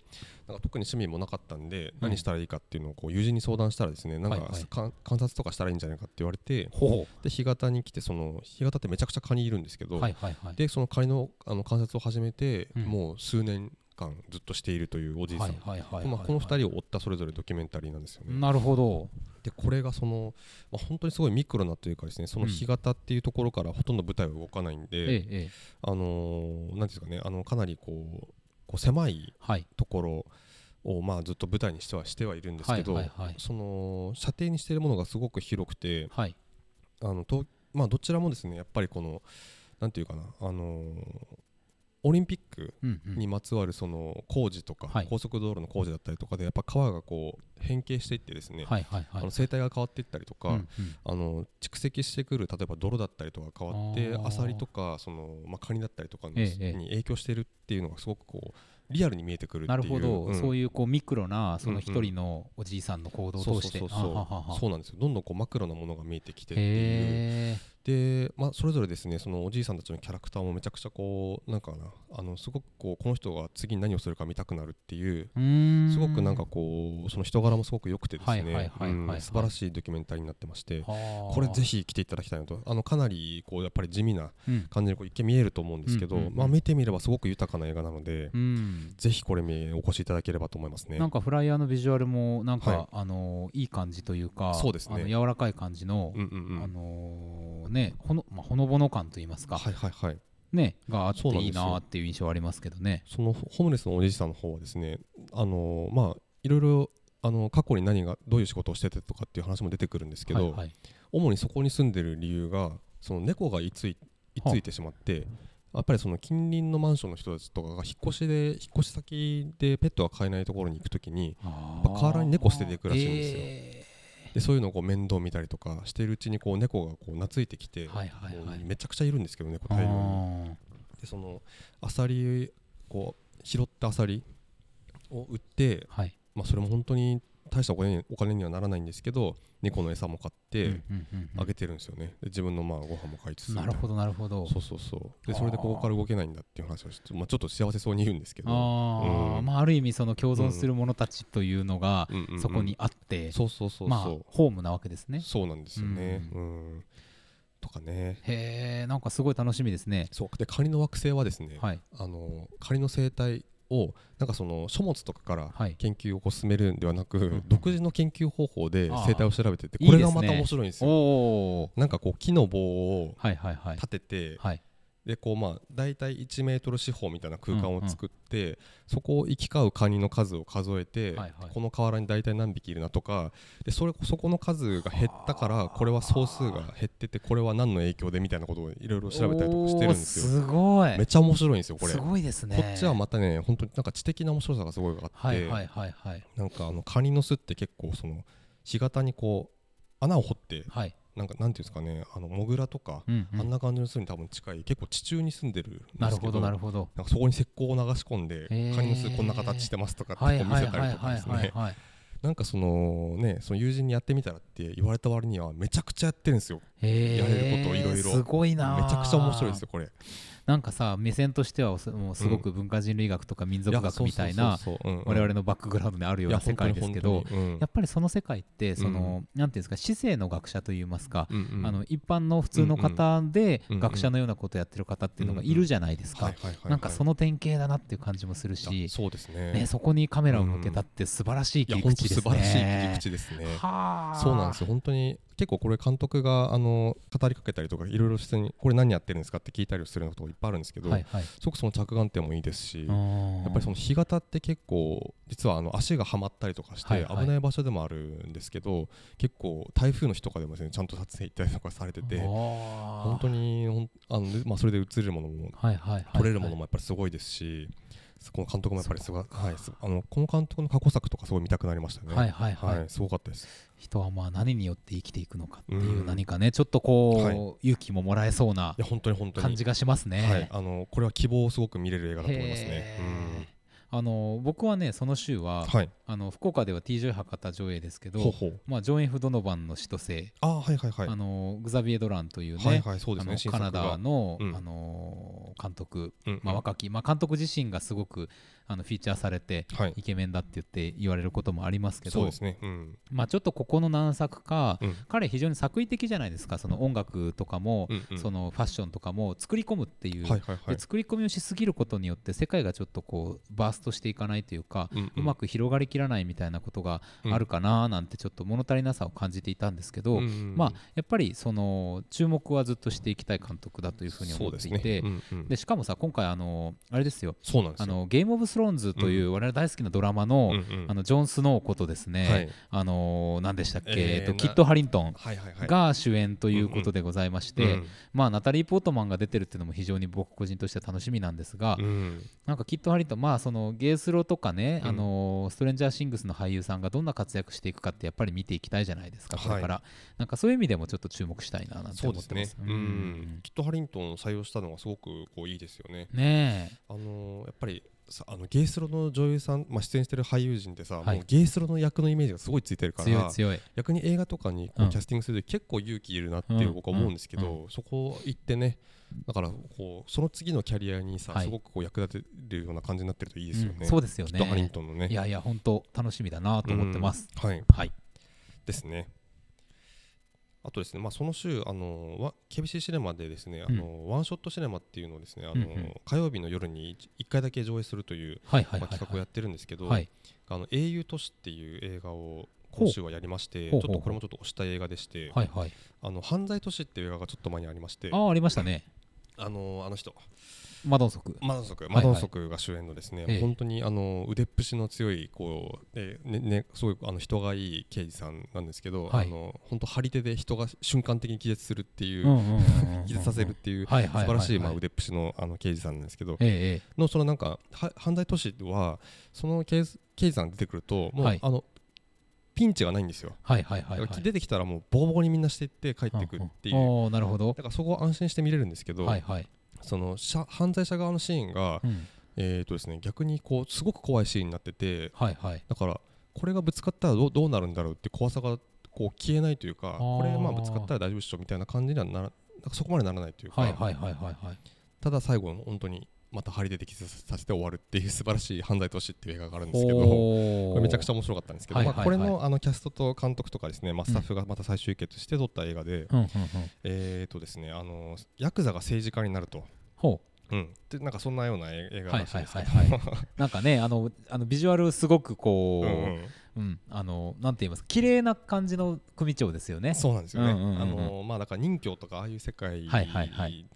なんか特に趣味もなかったんで、何したらいいかっていうのをこう友人に相談したらですねなんか、
はいはい
か観察とかしたらいいんじゃないかって言われて
ほ
で干潟に来てその干潟ってめちゃくちゃカニいるんですけ
う
ど、
はいはいはい
でそのカニのあの観察を始めて、
うん
もう数年間ずっとしているというおじいさん、
はいはいはいはい
まあ、この2人を追ったそれぞれドキュメンタリーなんですよね。
なるほど
でこれがその、まあ、本当にすごいミクロなというかですねその
うん
干潟っていうところからほとんど舞台は動かないん
え
で、
えええ
あのーなんていうんですかねあのかなりこうこう狭い
はい
ところをまあずっと舞台にしてはしてはいるんです
は
け
い
ど、
はいはい
その射程にしているものがすごく広くて
はい
あのと、まあ、どちらもですねやっぱりこのなんていうかな、あのーオリンピック
うんうん
にまつわるその工事とか、
はい
高速道路の工事だったりとかでやっぱ川がこう変形していってですね、
はいはいは
あの
い
生態が変わっていったりとか、
うんうん
あの蓄積してくる例えば泥だったりとか変わって
あー
アサリとかその、まあ、カニだったりとかの
ええええ
に影響してるっていうのがすごくこうリアルに見えてくるってい
な
う
るほど、
うん
そういうこうミクロなその一
うんうん
人のおじいさんの行動を
そ
通
うそう
して
そう
あはは
そ
は
うそうなんですよどんどんこうマクロなものが見えてきてっていう
へえ
で、まあ、それぞれですねそのおじいさんたちのキャラクターもめちゃくちゃこうなんかなあのすごくこうこの人が次に何をするか見たくなるっていう
うーん
すごくなんかこうその人柄もすごく良くてです
はいはい
ね
はいはいはい
うん素晴らしいドキュメンタリーになってましてこ
こ
れぜ、ひ来ていただきたいなとあのかなりこうやっぱり地味な
うん
感じでこう一見見えると思うんですけ
うんうん
ど
うん
まあ見てみればすごく豊かな映画なので
うん
ぜひこれ見お越しいただければと思いますね
なんかフライヤーのビジュアルもなんか、
はい
あのーいい感じというか
そうですね
あの柔らかい感じの、
うんうんうん
あのーねほの,、まあ、ほのぼの感といいますか、
はいはいはい
ねがあって
そうなん
いい
ですよ
なーっていう印象はありますけどね
そのホームレスのおじいさんの方はですねあのまあいろいろあの過去に何がどういう仕事をしててとかっていう話も出てくるんですけど、
はいはい
主にそこに住んでる理由がその猫が居つい居ついてしまってやっぱりその近隣のマンションの人たちとかが引っ越しで引っ越し先でペットが飼えないところに行くときに
あ
やっぱ河原に猫捨てていくらしいんですよ
え
でそういうのをこう面倒見たりとかしてるうちにこう猫がこう懐いてき
ー
て、
はいはいはい
もうめちゃくちゃいるんですけど猫
あ
大量に。
ー
でそのアサリこう拾ったアサリを売って、
はい
まあ、それも本当に大したお金にお金にはならないんですけど猫の餌も買っ
うん
て
うんうんうん
あげてるんですよね、で自分のまあご飯も買いつつみた
ないるほどなるほど
そうそうそうでそれでここから動けないんだっていう話をして、まあ、ちょっと幸せそうに言うんですけど
あー
うん
まあ、ある意味その共存する者たちというのが
うんうんうん
そこにあって、
そうそうそうそう、
まあホームなわけですね
そうなんですよねうんとかね
へえんかすごい楽しみですね
そうでカニの惑星はですね、
はい
あの仮の生態をなんかその書物とかから
はい
研究をこう進めるんではなく、
ん
独自の研究方法で
ああ
生態を調べてて
いい
これ
で
が
すね
また面白いんです
お
よ。
お
なんかこう木の棒を
はいはいはい
立てて
はい
でこうまあ大体1メートル四方みたいな空間を作って、そこを行き交うカニの数を数えて、
はいはい
この河原に大体何匹いるなとかでそれそこの数が減ったからこれは総数が減っててこれは何の影響でみたいなことをいろいろ調べたりとかしてるんですよ。
おーすごい
めっちゃ面白いんですよこれ。
すごいですね
こっちはまたね本当になんか知的な面白さがすごいあって、
はいはいはいはい
なんかあのカニの巣って結構その干潟にこう穴を掘って
はい
なんかなんていうんですかねあのモグラとか、
うんうん
あんな感じの巣に多分近い結構地中に住んでるんですけど
なるほどなるほど
なんかそこに石膏を流し込んで、
へー
カニの巣こんな形してますとかってこ
は
う
い
見
はい
せた
は
り
い
とか
は
で
い
す
はい
ね
はい
なんかそのねその友人にやってみたらって言われた割にはめちゃくちゃやってるんですよ
へー
やれることをいろいろ
すごいなー
めちゃくちゃ面白いですよこれ
なんかさ目線としてはすもうすごく文化人類学とか民族学みたいな我々のバックグラウンドにあるような世界ですけどやっぱりその世界ってその、なんていうんですか市政の学者といいますか、あの一般の普通の方で学者のようなことをやってる方っていうのがいるじゃないですか、なんかその典型だなっていう感じもするし
そうですね
ねそこにカメラを向けたって素晴らしい切り口ですね。
素晴らしい切り口ですね
はあ
そうなんですよ本当に結構これ監督があの語りかけたりとかいろいろ普通にこれ何やってるんですかって聞いたりするようなことがいっぱいあるんですけど、
はいはい、
すごくその着眼点もいいですし、や
や
っぱりその干潟って結構実はあの足がはまったりとかし
はい
て
はい
危ない場所でもあるんですけど、結構台風の日とかでもですねちゃんと撮影行ったりとかされてて本
本
当にほんあの、まあ、それで映るものも
はいはいはいはい
撮れるものもやっぱりすごいですし、そこの監督もやっぱりすごい、はい、すあのこの監督の過去作とかすごい見たくなりましたね。
はいはいはい、
はい、すごかったです。
人はまあ何によって生きていくのかっていううん何かねちょっとこう、
はい
勇気ももらえそうない
や本当に本当に
感じがしますね。
はい、あのこれは希望をすごく見れる映画だと思いますね
へ。ーあの僕はねその週
うん
は、
はい。
あの福岡では TJ 博多上映ですけど、
ほうほう。
まあ、ジョン・エフ・ドノバンの「千歳、
あーはいはいはい。
あのグザビエ・ドランというね,、
はいはいそうで
あ
す
の
ね。
カナダの,、
うん
あの監督、ま
ま
あ、若き、まあ、監督自身がすごくあのフィーチャーされて
はい。
イケメンだって言って言われることもありますけ
そう
ど
ですね。うん。
まあ、ちょっとここの何作か、
うん
彼非常に作為的じゃないですかその音楽とかも、
うんうん
そのファッションとかも作り込むっていう、
はいはいはい
で。作り込みをしすぎることによって世界がちょっとこうバーストしていかないというか、
うん
うまく広がりきらないみたいなことがあるかななんてちょっと物足りなさを感じていたんですけど、まあ、やっぱりその注目はずっとしていきたい監督だというふうに思っていてで、しかもさ今回あのあれですよ
そうなんです
あ
よ。
のゲーム・オブ・スローンズという我々大好きなドラマの,、
うんうん
あのジョン・スノーことですね、
はい
あのー何でしたっけ、
えー
えっと
な
キッド・ハリントン
はいはいはい。
が主演ということでございまして、
うん
まあ、ナタリー・ポートマンが出てるっていうのも非常に僕個人としては楽しみなんですが、
うん
なんかキッド・ハリントン、まあ、そのゲースロとかね、
うん
あのーストレンジャー・シングスの俳優さんがどんな活躍していくかってやっぱり見ていきたいじゃないですかこれから、なんかそういう意味でもちょっと注目したいななんて
そう
思
で
っ
す
てま
ね
す。。
う
うん
ん。キットハリントンを採用したのがすごくこういいですよね。
ねえ
あのーやっぱりさあのゲイスロの女優さん、まあ、出演してる俳優陣ってさ、
はい
もうゲイスロの役のイメージがすごいついてるから
強い強い
逆に映画とかにこ
うん
うキャスティングするとき結構勇気いるなっていう僕は思うんですけど、
うん
そこ行ってねだからこうその次のキャリアにさ、
はい
すごくこう役立てるような感じになってるといいですよね。
うんそうですよ
きっとハリン
ね
トンのね
いやいや本当楽しみだなと思ってます、、
うんはい
はい
ですねあとですね、まあ、その週あのわ KBC シネマでですねあの、ワンショットシネマっていうのをですねあの、
うんうん
火曜日の夜に一一回だけ上映するという、
はいはいはい
まあ、企画をやってるんですけど、
はい
あの英雄都市っていう映画を
ほう
今週はやりましてち
ほ
ょ
う
っ
ほう
とこれもちょっと推したい映画でして、
はいはい
あの犯罪都市っていう映画がちょっと前にありまして
ああありましたね
あのあの人
マドンソク
マドンソク
い
マドンソクが主演のですね、
ええ
本当にあの腕っぷしの強いこう、えーねね、すごいあの人がいい刑事さんなんですけど、
はい
あの本当張り手で人が瞬間的に気絶するっていう、 気絶させるっていう、
はいはいはいはい
素晴らしい、まあ、腕っぷしのあの刑事さんなんですけど
えええ
のそのなんかは犯罪都市はその刑事刑事さん出てくるともう、
はい
あのピンチがないんですよ、
えはいはいはいはい
出てきたらもうボコボコにみんなしていって帰ってくっていう、
んんおーなるほど
だからそこは安心して見れるんですけど、
はいはい、
そのしゃ犯罪者側のシーンが、
うん、
えーとですね、逆にこうすごく怖いシーンになってて
はいはい
だからこれがぶつかったらどうどうなるんだろうって怖さがこう消えないというか
ー
これまあぶつかったら大丈夫っしょみたいな感じにはならなんかそこまでならないというか、
はいはいはいはいはい
ただ最後の本当にまた張り出てきさせて終わるっていう素晴らしい「犯罪都市」っていう映画があるんですけどこ
お
れめちゃくち
ゃ
ゃ面白かったんですけど、
はい
まあ、
はい
これ
はい
のあのキャストと監督とかですね、まあ、スタッフがまた再集結して撮った映画で、
うんうんうん
えーとですねあのヤクザが政治家になると、
ほ
うん、でなんかそんなような映映
う
画
は
ら
い
しい
は
ん
い
ですけ
はい
ど、
はい なんかねあのあのビジュアルすごくこう、
う
うんん
うん
あのなんて言いますか綺麗な感じの組長ですよね
そうなんですよね。
うんうんうんうん
あのまあだから任侠とかああいう世界で、
はいはいはい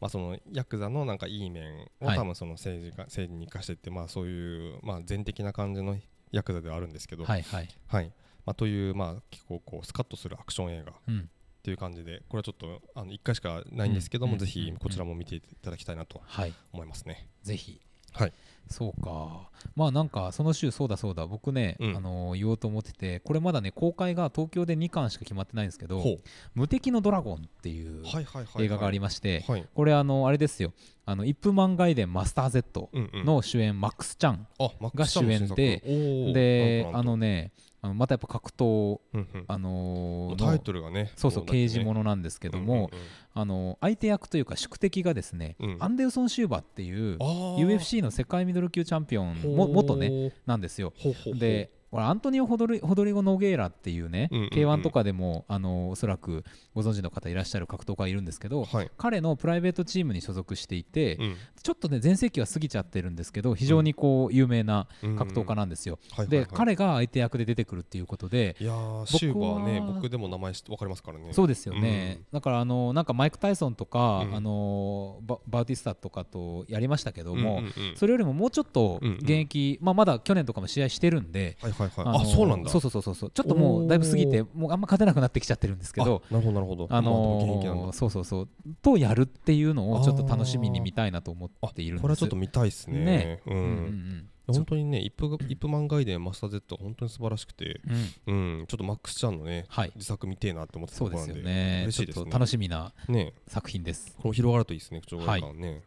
まあそのヤクザのなんかいい面を
はい
多分その政治家、政治に生かしてってまあそういうまあ全的な感じのヤクザではあるんですけど、はい、
はいはい、
まあというまあ結構こうスカッとするアクション映画っ
うん、
ていう感じで、これはちょっとあの一回しかないんですけども、
うん
ぜひこちらも見ていただきたいなと
はい
思いますね。
ぜひ、
はい
そうかまあなんかその週そうだそうだ僕ね、
うん
あのー言おうと思っててこれまだね公開が東京で2巻しか決まってないんですけど
ほう
「無敵のドラゴン」っていう
はいはいはいはい
映画がありまして、
はい
これあのあれですよあの「イップマンガイデンマスター Z
うんう」ん
の主演、マックス・チャン
あマックスさんの新作
が主演で
おー
で
なんと
あ
なんと
のねあのまたやっぱ格闘
うんうん
あのーの
タイトルがね
そうそう刑事ものなんですけ
け
ども、あの相手役というか宿敵がですね、
うん
アンデルソン・シューバーっていう
あー
UFC の世界ミドル級チャンピオンも元ね
ね
なんですよ。でこれアントニオホドリ・ホドリゴ・ノゲーラっていうね、
うんうんうん
k 1とかでもあのおそらくご存知の方いらっしゃる格闘家がいるんですけど、
はい
彼のプライベートチームに所属していて、
うん
ちょっとね全盛期は過ぎちゃってるんですけど非常にこう有名な格闘家なんですよ。
はいはい
で、
はい
彼が相手役で出てくるっていうことで、
いやーシューバーね
僕は
僕でも名前知ってわかりますからね
そうですよね、だからあのなんかマイク・タイソンとか、
うん
あのババウティスタとかとやりましたけど
うんうん
も、
うんうん
それよりももうちょっと
うんうん
現役、まあ、まだ去年とかも試合してるんで、
はい
の
はいはいあそうなんだ
そうそうそうそうちょっともうだいぶ過ぎてもうあんま勝てなくなってきちゃってるんですけど
あなるほどなるほど
あの
まあでも現役なんだ
そうそうそうとやるっていうのをちょっと楽しみに見たいなと思
あ
っているんです
これはちょっと見たいですね
ね
う
うんうん
ん本当にね、イップがイップマンガイデン、マスター Z が本当に素晴らしくて、
うんうん
うん、ちょっとマックスちゃんのね、
はい
自作見てえなって思ってた
そ
と
う
こ
で
ろ
す
なんで、
よね
嬉しいで
ちょ
す
っと
ね。
楽しみな
ね
作品です
こう広がるといいですね、貴重な感ね。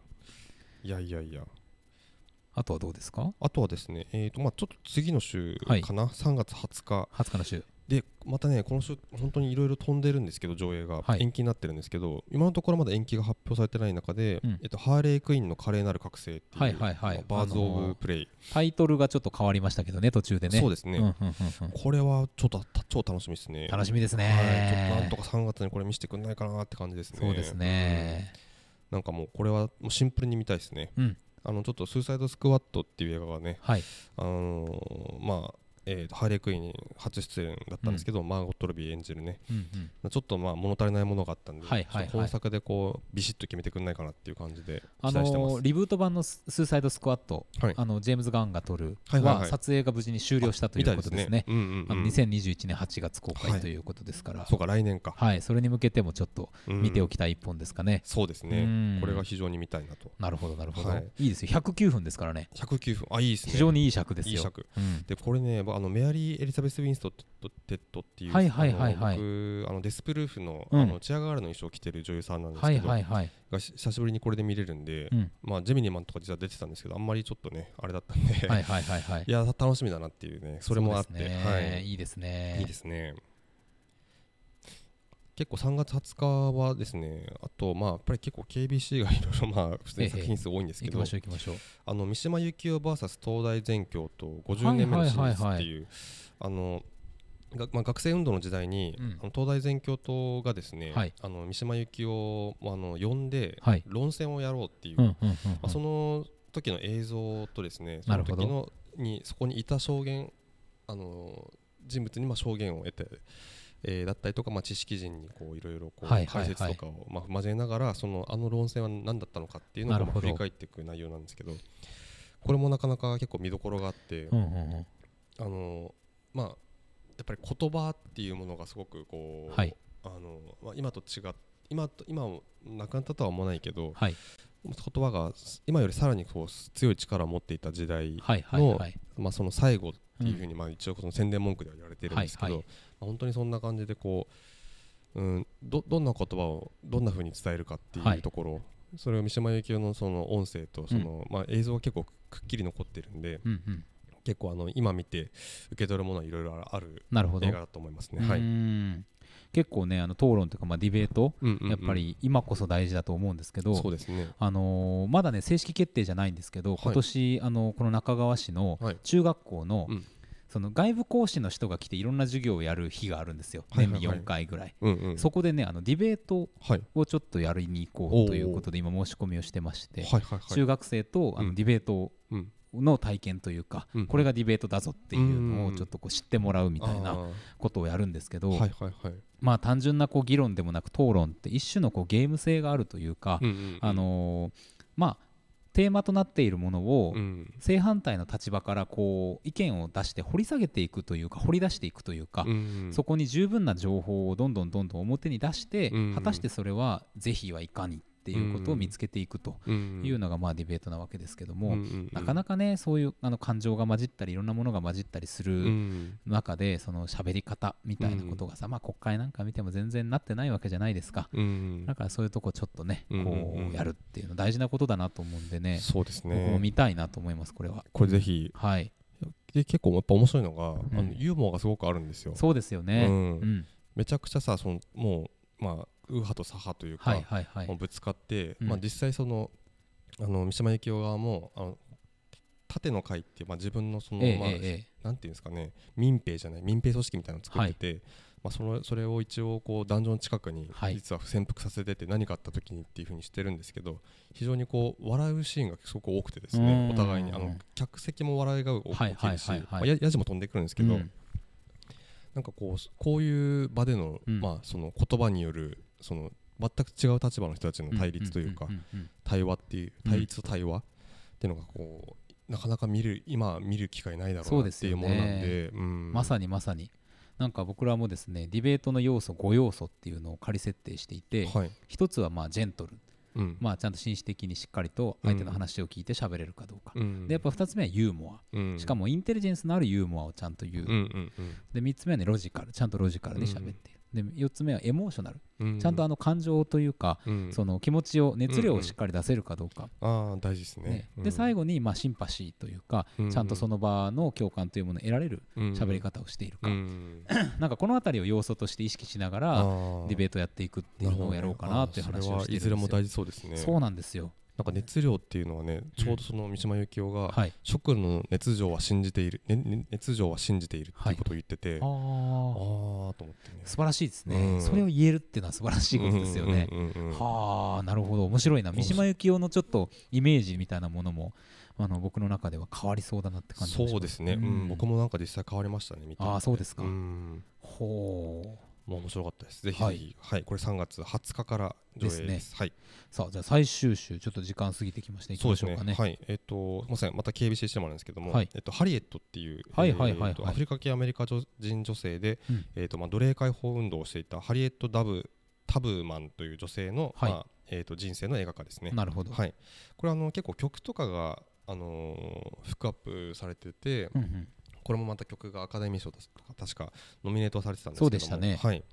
いやいやいや。
あとはどうですか
あとはですね、えーとまあ、ちょっと次の週
はい
かな、3月20日
20日の週
で、またね、この週、本当にいろいろ飛んでるんですけど、上映が、
はい
延期になってるんですけど、今のところまだ延期が発表されてない中で、
うん
えっと、ハーレークイーンの華麗なる覚醒っていう、
はいはいはい
まあバーズ・オ
あの
ブ・
ー
プレイ、
タイトルがちょっと変わりましたけどね途中でね
そうですね、
うんうんうんうん
これはちょっとた超楽しみですね。
楽しみです
はい、ちょっとなん
ね
とか3月にこれ見せてくんないかなって感じですね。
そうですね
うん。なんかもうこれはもうシンプルに見たいですね。
うん
あのちょっと「スーサイドスクワット」っていう映画がね、
はい
あのーまあえーとハーレークイーンに初出演だったんですけど、マーゴット・ロビー演じるね
うんうん
ちょっとまあ物足りないものがあったんで、
はいはいはい
ちょっとこの作でこうビシッと決めてくんないかなっていう感じで
あ
期待してます。
のリブート版のス「スーサイド・スクワット」
はい
あのジェームズ・ガンが撮る
はいはいはい
は撮影が無事に終了したとい
みた
う
い
こ
で
と
す
です
ね
ね。
うん
あ
うん
の
うん
2021年8月公
は
開
い
ということですから
そうか来年か。
はいそれに向けてもちょっと
うん
見ておきたい一本ですかね
そうです
うん
ね。これが非常に見たいなと。
なるほどなるほど
はい
いいですよ109分ですからね
109分あいいですね。
非常にいい尺です
いい
よ
尺。
うん
でこれねあのメアリー・エリザベス・ウィンストンテッドっていう、
はいはいはいはい
あの僕あのデスプルーフの,、
うん
あのチアガールの衣装を着てる女優さんなんです
は
け
い
ど、
はいはい
がし久しぶりにこれで見れるんで、
うん
まあ、ジェミニマンとか実は出てたんですけどあんまりちょっとねあれだったん で、、
はいいはいはいはい
や楽しみだなっていうねそれもあって
うですね
はい、
いいですね
いいですね結構3月20日はですねあとまあやっぱり結構 KBC がいろいろまあ普通に作品数多いんですけ
行き
ど、
ましょう行きましょう
あの三島由紀夫 VS 東大全教と50年目のシリーズっていうあのがまあ、学生運動の時代に、
うん
あの東大全教党がですね、
はい
あの三島由紀夫をあの呼んで、
はい
論戦をやろうってい
う
う、
んう
ま
んうんうん
あ、その時の映像とですねその時
なる
のにそこにいた証言あの人物にまあ証言を得て、えーだったりとか、まあ、知識人にこういろいろこう
はい
解
はいはい
説とかを、まあ、交えながらそのあの論戦は何だったのかっていうのを
なる
ま
ほ
あ
ど
振り返っていく内容なんですけどこれもなかなか結構見どころがあって、
うんうんうん
あのまあやっぱり言葉っていうものがすごくこう、
はい
あのまあ、今と違っ今と今もなくなったとは思わないけど
はい
言葉が今よりさらにこう強い力を持っていた時代
はいはいはい
まあ、その最後っていうふうに、まあ、一応その宣伝文句では言われてるんですけど、
はいはい
まあ本当にそんな感じでこう、うん、どどんな言葉をどんなふうに伝えるかって
はいいう
ところ、それを三島由紀夫のその音声とその、まあ、映像が結構くっきり残ってるんで
うんうん
結構あの今見て受け取るものはいろいろある
なるほど
映画だと思いますね。は
う
い
ーん結構ねあの討論というかまあディベート
うんうんうん
やっぱり今こそ大事だと思うんですけど
そうですね
あのーまだね正式決定じゃないんですけど
い
今年あのこの中川市の
はい
中学校の
うん
その外部講師の人が来ていろんな授業をやる日があるんですよ
はい
年
はいはい
に4回ぐらい
うんうん
そこでねあのディベート
はい
をちょっとやりに行こうということで今申し込みをしてまして
はいはいはい
中学生とあ
う
の
ん
ディベートを
うん
の体験というか、
うん
これがディベートだぞっていうのをちょっとこう知ってもらうみたい
あ
な
ー
ことをやるんですけど、
はいはいはい
まあ単純なこう議論でもなく討論って一種のこうゲーム性があるというか、
うんうんうん
あのーまあテーマとなっているものを
うん
正反対の立場からこう意見を出して掘り下げていくというか掘り出していくというか、
うんうん
そこに十分な情報をどんどんどんどん表に出して、
うん
果たしてそれは是非はいかにってっていうことを見つけていくというのがまあディベートなわけですけども、なかなかねそういうあの感情が混じったりいろんなものが混じったりする中でその喋り方みたいなことがさ、まあ、国会なんか見ても全然なってないわけじゃないですか、だからそういうとこちょっとねこうやるっていうの大事なことだなと思うんでね
そうですね
僕も見たいなと思いますこれは。
これぜひ、
はい
で結構やっぱ面白いのが、あのユーモアがすごくあるんですよ。
そうですよね、
うんめちゃくちゃさそのもう、まあ、右派と左派というか、ぶつかって、まあ、実際そのあの三島由紀夫側もあの縦の会って、まあ、自分のその、まあなんていうんですかね民兵じゃない民兵組織みたいなのを作ってて、まあ、それそれを一応こう壇上の近くに実は潜伏させてて何かあった時にっていうふうにしてるんですけど非常にこう笑うシーンがすごく多くてですねお互いにあの客席も笑いが起きるしやじも飛んでくるんですけど、なんかこうこういう場での,、まあ、その言葉によるその全く違う立場の人たちの対立というか対話っていう対立と対話っていうのがこうなかなか見る今見る機会ないだろうなっていうものなんで、ねうん、
まさにまさになんか僕らもですねディベートの要素5要素っていうのを仮設定していて、はい、1つはまあジェントル、うん、まあ、ちゃんと紳士的にしっかりと相手の話を聞いて喋れるかどうか、うん、でやっぱ2つ目はユーモア、うん、しかもインテリジェンスのあるユーモアをちゃんと言う,、で3つ目は、ね、ロジカルちゃんとロジカルで喋っている、で4つ目はエモーショナル、ちゃんとあの感情というか、その気持ちを熱量をしっかり出せるかどうか、
あ大事ですね
で最後にまあシンパシーというか、ちゃんとその場の共感というものを得られる喋り方をしているか、なんかこの辺りを要素として意識しながらディベートやっていくっていうのをやろうかなっていう話をしてるんですよ、い
ずれも大事そうですね
そうなんですよ
なんか熱量っていうのはねちょうどその三島由紀夫が「食、の熱情は信じている、ね、熱情は信じている」っていうことを言ってて、ああと思ってね
素晴らしいですね、それを言えるっていうのは素晴らしいことですよねはあなるほど面白いな三島由紀夫のちょっとイメージみたいなものもあの僕の中では変わりそうだなって感じ
そうですね、うん僕もなんか実際変わりましたね見て
ああそうですか、ほう
もう面白かったです。ぜひ、はい、はい、これ3月20日から上映です。ですね、はい。
さあ、じゃあ最終週、ちょっと時間過ぎてきました。いきましょうかね。ね
はい、えっ、ー、と、すみません、また KBC してもらうんですけども、はい、えっと、ハリエットっていう、はいはいはい、アフリカ系アメリカ人女性で、うん、えっと、まあ、奴隷解放運動をしていたハリエット・ダブ・タブーマンという女性の、はい、まあ、えっ、ー、と、人生の映画化ですね。
なるほど。
はい。これ、あの、結構曲とかが、あのー、フックアップされてて、うんうんこれもまた曲がアカデミー賞とか確かノミネートされてたんですけども、ね、はい、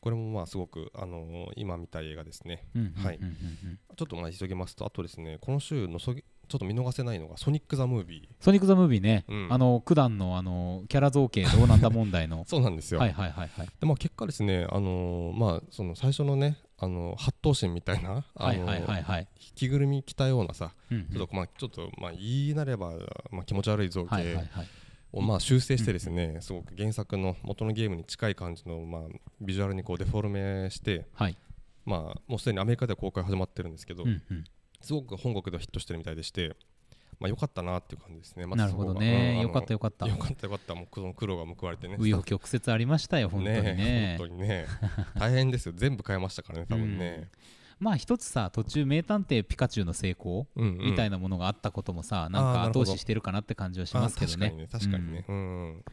これもまあすごく、あのー、今見たい映画ですね、はいちょっとまあ急ぎますとあとですねこの週のそぎちょっと見逃せないのがソニック・ザ・ムービー
ソニック・ザ・ムービーね、うん、あの九段のあのキャラ造形どうなんだ問題の
そうなんですよ
はいはいはいはい
でまあ結果ですねあのー、まあその最初のねあの八頭身みたいな、あのー、着ぐるみ着たようなさ、うんうん、ちょっとまあちょっとまあ言いなれば、まあ、気持ち悪い造形、はいはいはいをまあ修正してですね、すごく原作の元のゲームに近い感じのまあビジュアルにこうデフォルメして、まあもうすでにアメリカでは公開始まってるんですけど、すごく本国ではヒットしてるみたいでして、まあ良かったなっていう感じですね。
なるほどね、良かった良かった。
良かった良かった、もうその苦労が報われてね。
紆余曲折ありましたよ本当にね。
本当に ね、大変ですよ。全部変えましたからね、多分ね。
まあ一つさ途中名探偵ピカチュウの成功みたいなものがあったこともさなんか後押ししてるかなって感じはしますけどね。
確かにね、うん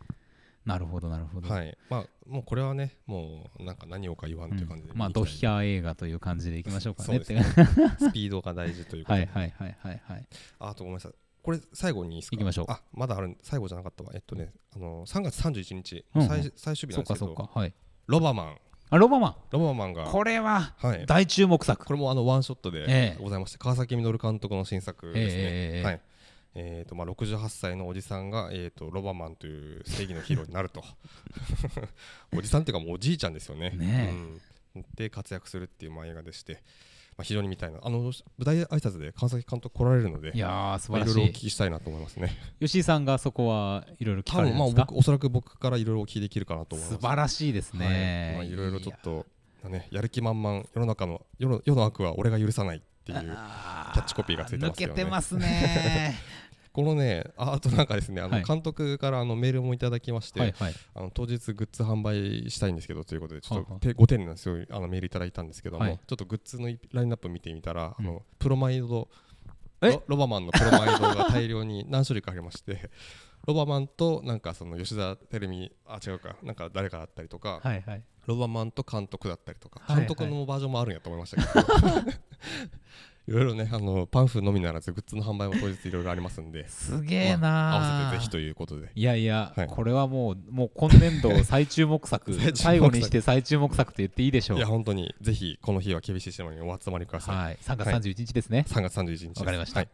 なるほどなるほど、
はいまあ、もうこれはねもうなんか何をか言わんという感じで、
まあドヒャー映画という感じでいきましょうかねって
スピードが大事という
はいはいはいはいはい
あとごめんなさいこれ最後にい
きましょう
あまだある最後じゃなかったわえっとねあの3月31日、最最終日なんですけどそうかそうか、はい、ロバマン
あロバマン
ロバマンが
これは大注目作、
これもあのワンショットでございまして、川崎稔監督の新作ですね、はいえーとまあ、68歳のおじさんが、えー、とロバマンという正義のヒーローに なるとおじさんっていうかもうおじいちゃんですよねで活躍するっていう、まあ、映画でして、まあ、非常にみたいなあの舞台挨拶で川崎監督来られるので
いや素晴らし
いいろいろお聞きしたいなと思いますね
吉井さんがそこはいろいろ聞かれるんです
かおそらく僕からいろいろお聞きできるかなと思います
素晴らしいですね、
いろいろちょっとね、やる気満々世の中の世の世の悪は俺が許さないっていうキャッチコピーがついてます
よね抜けてますね
このねあとなんかですねあの監督からあのメールもいただきま して、はいはい、あの当日グッズ販売したいんですけどということでちょっとご丁寧なんですよあのメールいただいたんですけども、はい、ちょっとグッズのラインナップ見てみたら、うん、あのプロマイドロロバマンのプロマイドが大量に何種類かありまして ロバマンとなんかその吉田照美あ違うかなんか誰かだった りとか、はいはい、ロバマンと監督だったりとか監督のバージョンもあるんやと思いましたけど、いろいろねあのパンフのみならずグッズの販売も当日いろいろありますんで
すげえな、ま
あ、合わせてぜひということで
いやいや、
はい
これはもうもう今年度最注目作
最注目作
最後にして最注目作と言っていいでしょう
いや本当にぜひこの日は厳しい島にお集まりください、
はい3月31日ですね、
3月31日です
わかりました
はい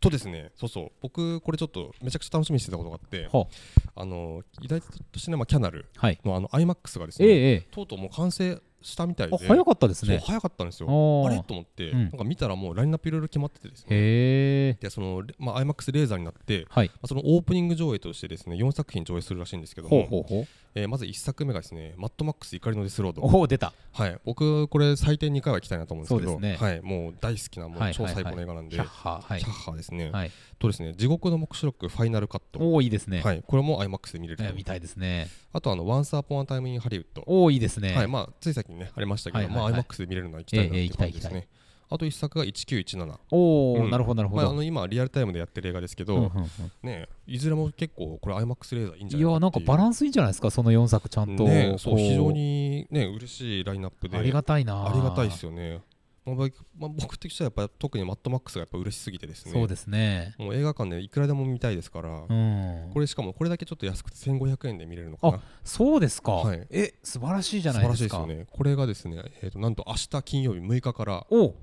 とですねそうそう僕これちょっとめちゃくちゃ楽しみにしてたことがあって
ほう
あの偉大としてね、まあ、キャナル
はい
のあの iMAX がです
ええ
ね、
ええ
とうとうもう完成したみたいで
あ早かったです
そう
ね
早かったんですよ
おー
あれと思って、
うん
なんか見たらもうラインナップいろいろ決まっててですね
へえ
でその、まあ、IMAX レーザーになって、
はい
まあ、そのオープニング上映としてですね4作品上映するらしいんですけど
ほう
も、
ほうほう
えーまず1作目がですね「マッドマックス怒りのデスロード」
おお出た
はい、僕これ最低2回は行きたいなと思うんですけど
そうですね
はい、もう大好きなも
はいう
超最高の映画なんで、
キャッハーはい
キャッハーですね、
はい
とですね「地獄の黙示録ファイナルカット」
おおいいですね、
はい、これも IMAX で見れる
えー見
と
たいですね
あとあの「Once Upon a Time in Hollywood」
おおいいですね、
はいまあ、つい先にねありましたけ
は
ど、
いはいはい
まあ、IMAX で見れるのは行きたいなっていう感じで
え
す
えええ行きたい
ね、あと1作が1917
おお、
うん
なるほどなるほ
まあ、あ
ど、
の今リアルタイムでやってる映画ですけど、
うんうんうん
ねいずれも結構これ IMAX レーザーいいんじゃ
い
ない
やなんかバランスいいんじゃないですかその4作ちゃんと、
ねそう
こ
非常にね嬉しいラインナップで
ありがたいな
ありがたいですよね、まあ僕まあ、僕的にはやっぱ特にマッドマックスがやっぱ嬉しすぎてですね
そうですね
もう映画館でいくらでも見たいですから、
うん
これしかもこれだけちょっと安くて1500円で見れるのかな
そうですか、
はい
え素晴らしいじゃ
素
ない
晴ら
で
しい
す
で
か
すよねこれがですね、えー、となんと明日金曜日6日から
おう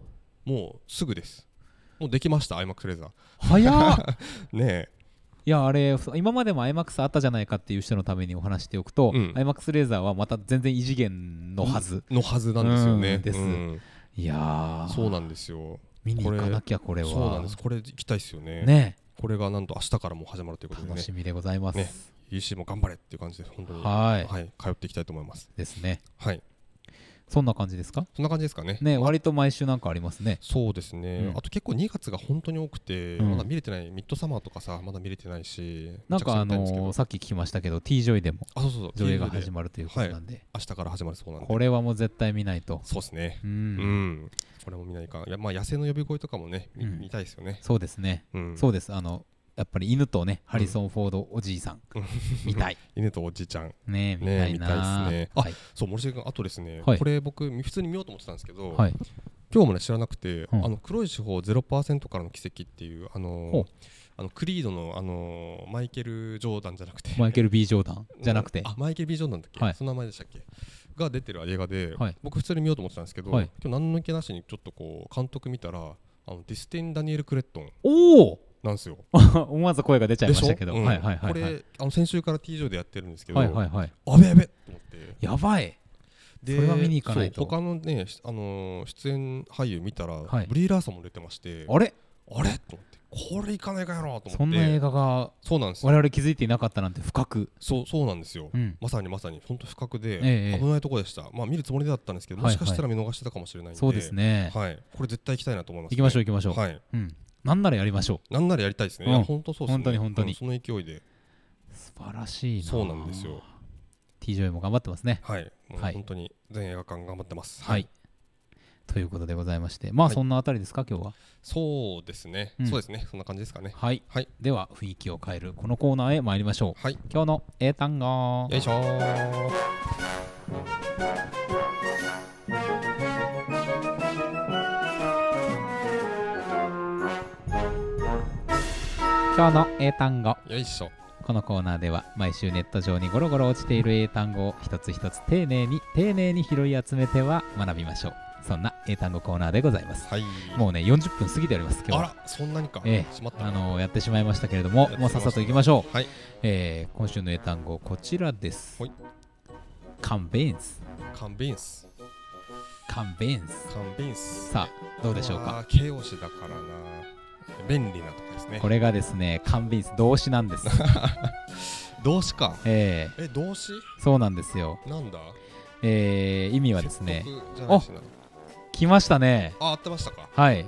もうすぐですもうできましたアイマックスレーザ
早っ
ーねえ
いやあれ今までも iMAX あったじゃないかっていう人のためにお話しておくと、
うん
iMAX レーザーはまた全然異次元のはず、
のはずなんですよね
うんです
ん
いやー
そうなんですよ
見に行かなきゃこれは
そうなんですこれ行きたいですよね
ね
これがなんと明日からもう始まるということで
楽
ね
しみでございます、
ね UC も頑張れっていう感じで本当に
はい
はい、通っていきたいと思います
ですね
はい
そんな感じですか
そんな感じですかね
ね割と毎週なんかありますね
そうですね、
うん
あと結構2月が本当に多くて、
うん
まだ見れてないミッドサマーとかさまだ見れてないし
なんかあ
めちゃくちゃ見たいんですけど
のーさっき聞きましたけど T ・ジョイでも
あそうそうそう
上映が
TV で
始まるということなんで、
明日から始まるそうなんで
これはもう絶対見ないと
そうですね
う
うんん、これも見ないかいやまあ野生の呼び声とかもね、み
うん
見たいですよね
そうですね、
うん
そうですあのやっぱり犬とねハリソン・フォードおじいさん、
うん
見 たい
犬とおじいちゃん
ねえ見
ね
たいな、
見たいっすねあ
はい、
そう森重君あとですね、
はい
これ僕普通に見ようと思ってたんですけど、
はい、
今日もね知らなくて、
うん
あの黒い手法0%からの奇跡っていうあの
ほう
ーあのクリードのあのーマイケル・ジョーダンじゃなくて
マイケル・ B ・ジョーダンじゃなくて
あマイケル・ビジョンなんだっけ、
はい
その名前でしたっけが出てる映画で、
はい
僕普通に見ようと思ってたんですけど、
はい
今日何の気なしにちょっとこう監督見たらあのディスティン・ダニエル・クレットン
おお
なんですよ。
思わず声が出ちゃい
で
まし
しょ
たけど、
うん
はいはいはい
こ
はい
れあの先週から T 上でやってるんですけど、
はいはいはい
あべやべと思って
やばい
で
それは見に行かないと
そう他のね、しあのー出演俳優見たら、
はい
ブリー・ラーソンも出てまして
あれ
あれと思ってこれ行かないかやろと思って
そんな映画が
そうなんですよ
我々気づいていなかったなんて深く
そうそうなんですよ、
うん
まさにまさに本当不覚で、
ええ
危ないとこでした、まあ、見るつもりだったんですけど
は
も
いは
し
い
かしたら見逃してたかもしれないんで、
そうですね、
はい、これ絶対行きたいなと思いま
行
す、
きましょう
う
行きましょう、
はい、
うんなんならやりましょ
なんならやりたいですね、
うん
いや本当そうです
本
ね
当に本当に
うんその勢いで
う素晴らしいな
そうなんですよ
T ・ジョイも頑張ってますね
はいもう
はい
本当に全映画館頑張ってます
はい。ということでございまして、まあ
はい
そんなあたりですか、今日は。
そうですね、
うん
そうですねそんな感じですかね
はい。
はい
では、雰囲気を変えるこのコーナーへ参りましょう。
はい
今日の英単語
よいしょー
今日の英単語
よいしょ
このコーナーでは毎週ネット上にゴロゴロ落ちている英単語を一つ一つ丁寧に丁寧に拾い集めては学びましょうそんな英単語コーナーでございます
はい
もうね40分過ぎております今
あ
日は
らそんなにか、
ええ
しまった
あ
な
のやってしまいましたけれども
やってし
も
ま
う
いました
さっさと行きましょう、
はい
えー今週の英単語こちらです
ほい
カンベンス
カンビンス
カンベンス
カンビンス
さあどうでしょうか
あー形容詞だからな便利なとかですね
これがですねカンビンス動詞なんです
動詞か
え
え動詞
ー、そうなんですよ、
なんだ
えー、意味はですね
説得じゃないしな
来ましたね
あ合ってましたか
はい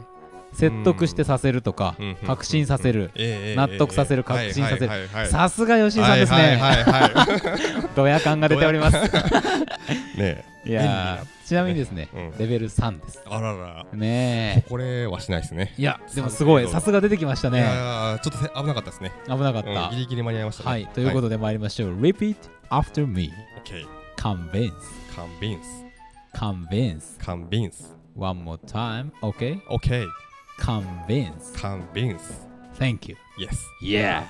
説得してさせるとか
うんうん
確信させる
ええ
納得させる
ええええ
確信させる
はいはいはいはい
さすが吉井さんです
は
ね
いはいはいは
ドヤ感が出ております
いね
いやーちなみにですね
うん
レベル3です
えあらら
ね
これはしないですね
えいやでもすごい
3
さすが出てきました
い
ね
やーちょっとせ危なかったですね
危なかっ
うん
た
ギリギリ間に合いましたね
はいということで参りましょう Repeat after me
オッケー
カンベンス
カンビンス
カンベンス
カンビンス
One more time, okay?
OK
Convince.
convince
Thank you.
yes
Yeah.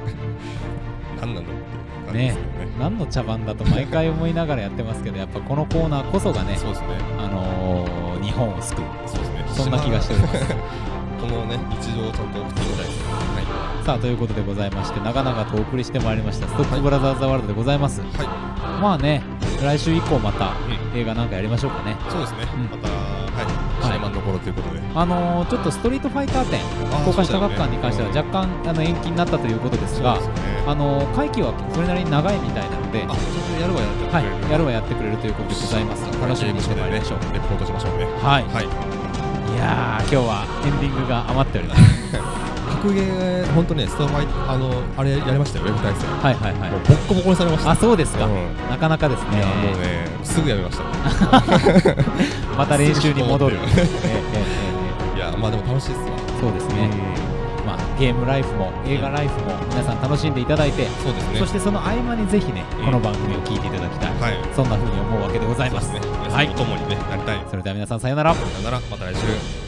ね
何なんだろうっていう感じですけどね
何の茶番だと毎回思いながらやってますけど、やっぱこのコーナーこそがね、
そうですね
あのー日本を救う。
そうですね
そんな気がしております。
このね日常をちゃんと送ってみたいですは
さあ、ということでございまして、長々とお送りしてまいりました、ストックブラザーズ・ザ・ワールドでございます。
い、は
まあね、来週以降また
う
映画なんかやりましょうかね。
い、そうですね、
うん
またはいシャイマンの頃ということで、
あのーちょっとストリートファイター展、
ー
公開した
そうだ
学
よね
館に関しては若干あの延期になったということですが、
そうですよね
あのー会期はそれなりに長いみたいなので、
あ、ちょっとやるわやって
はい、やるはやってくれるということでございます。楽しみにしてまいりましょう。
レポートしましょうね。
はい、
はい。
いやー、今日はエンディングが余っております。
格ゲー本当ね、ストーマイあのあれやりましたよウェブ対戦。
はいはいは
もう
い。
ボッコボコにされました。
あ、そうですか。
うん
なかなかですね。
いやもうね、すぐやめました。
また練習に戻る。え
す
え
ぐ戻
え
っ
ええ
いやまあでも楽しいですわ。
えそうですね。まあ、ゲームライフも映画ライフも皆さん楽しんでいただいて、
そうですね。
そしてその合間にぜひね、
うん
この番組を聞いていただきたい、
はい。
そんな風に思うわけでございます
そうですね。皆
は
さん
い
と共にねなりたい。
それでは皆さんさようなら
さよならまた来週。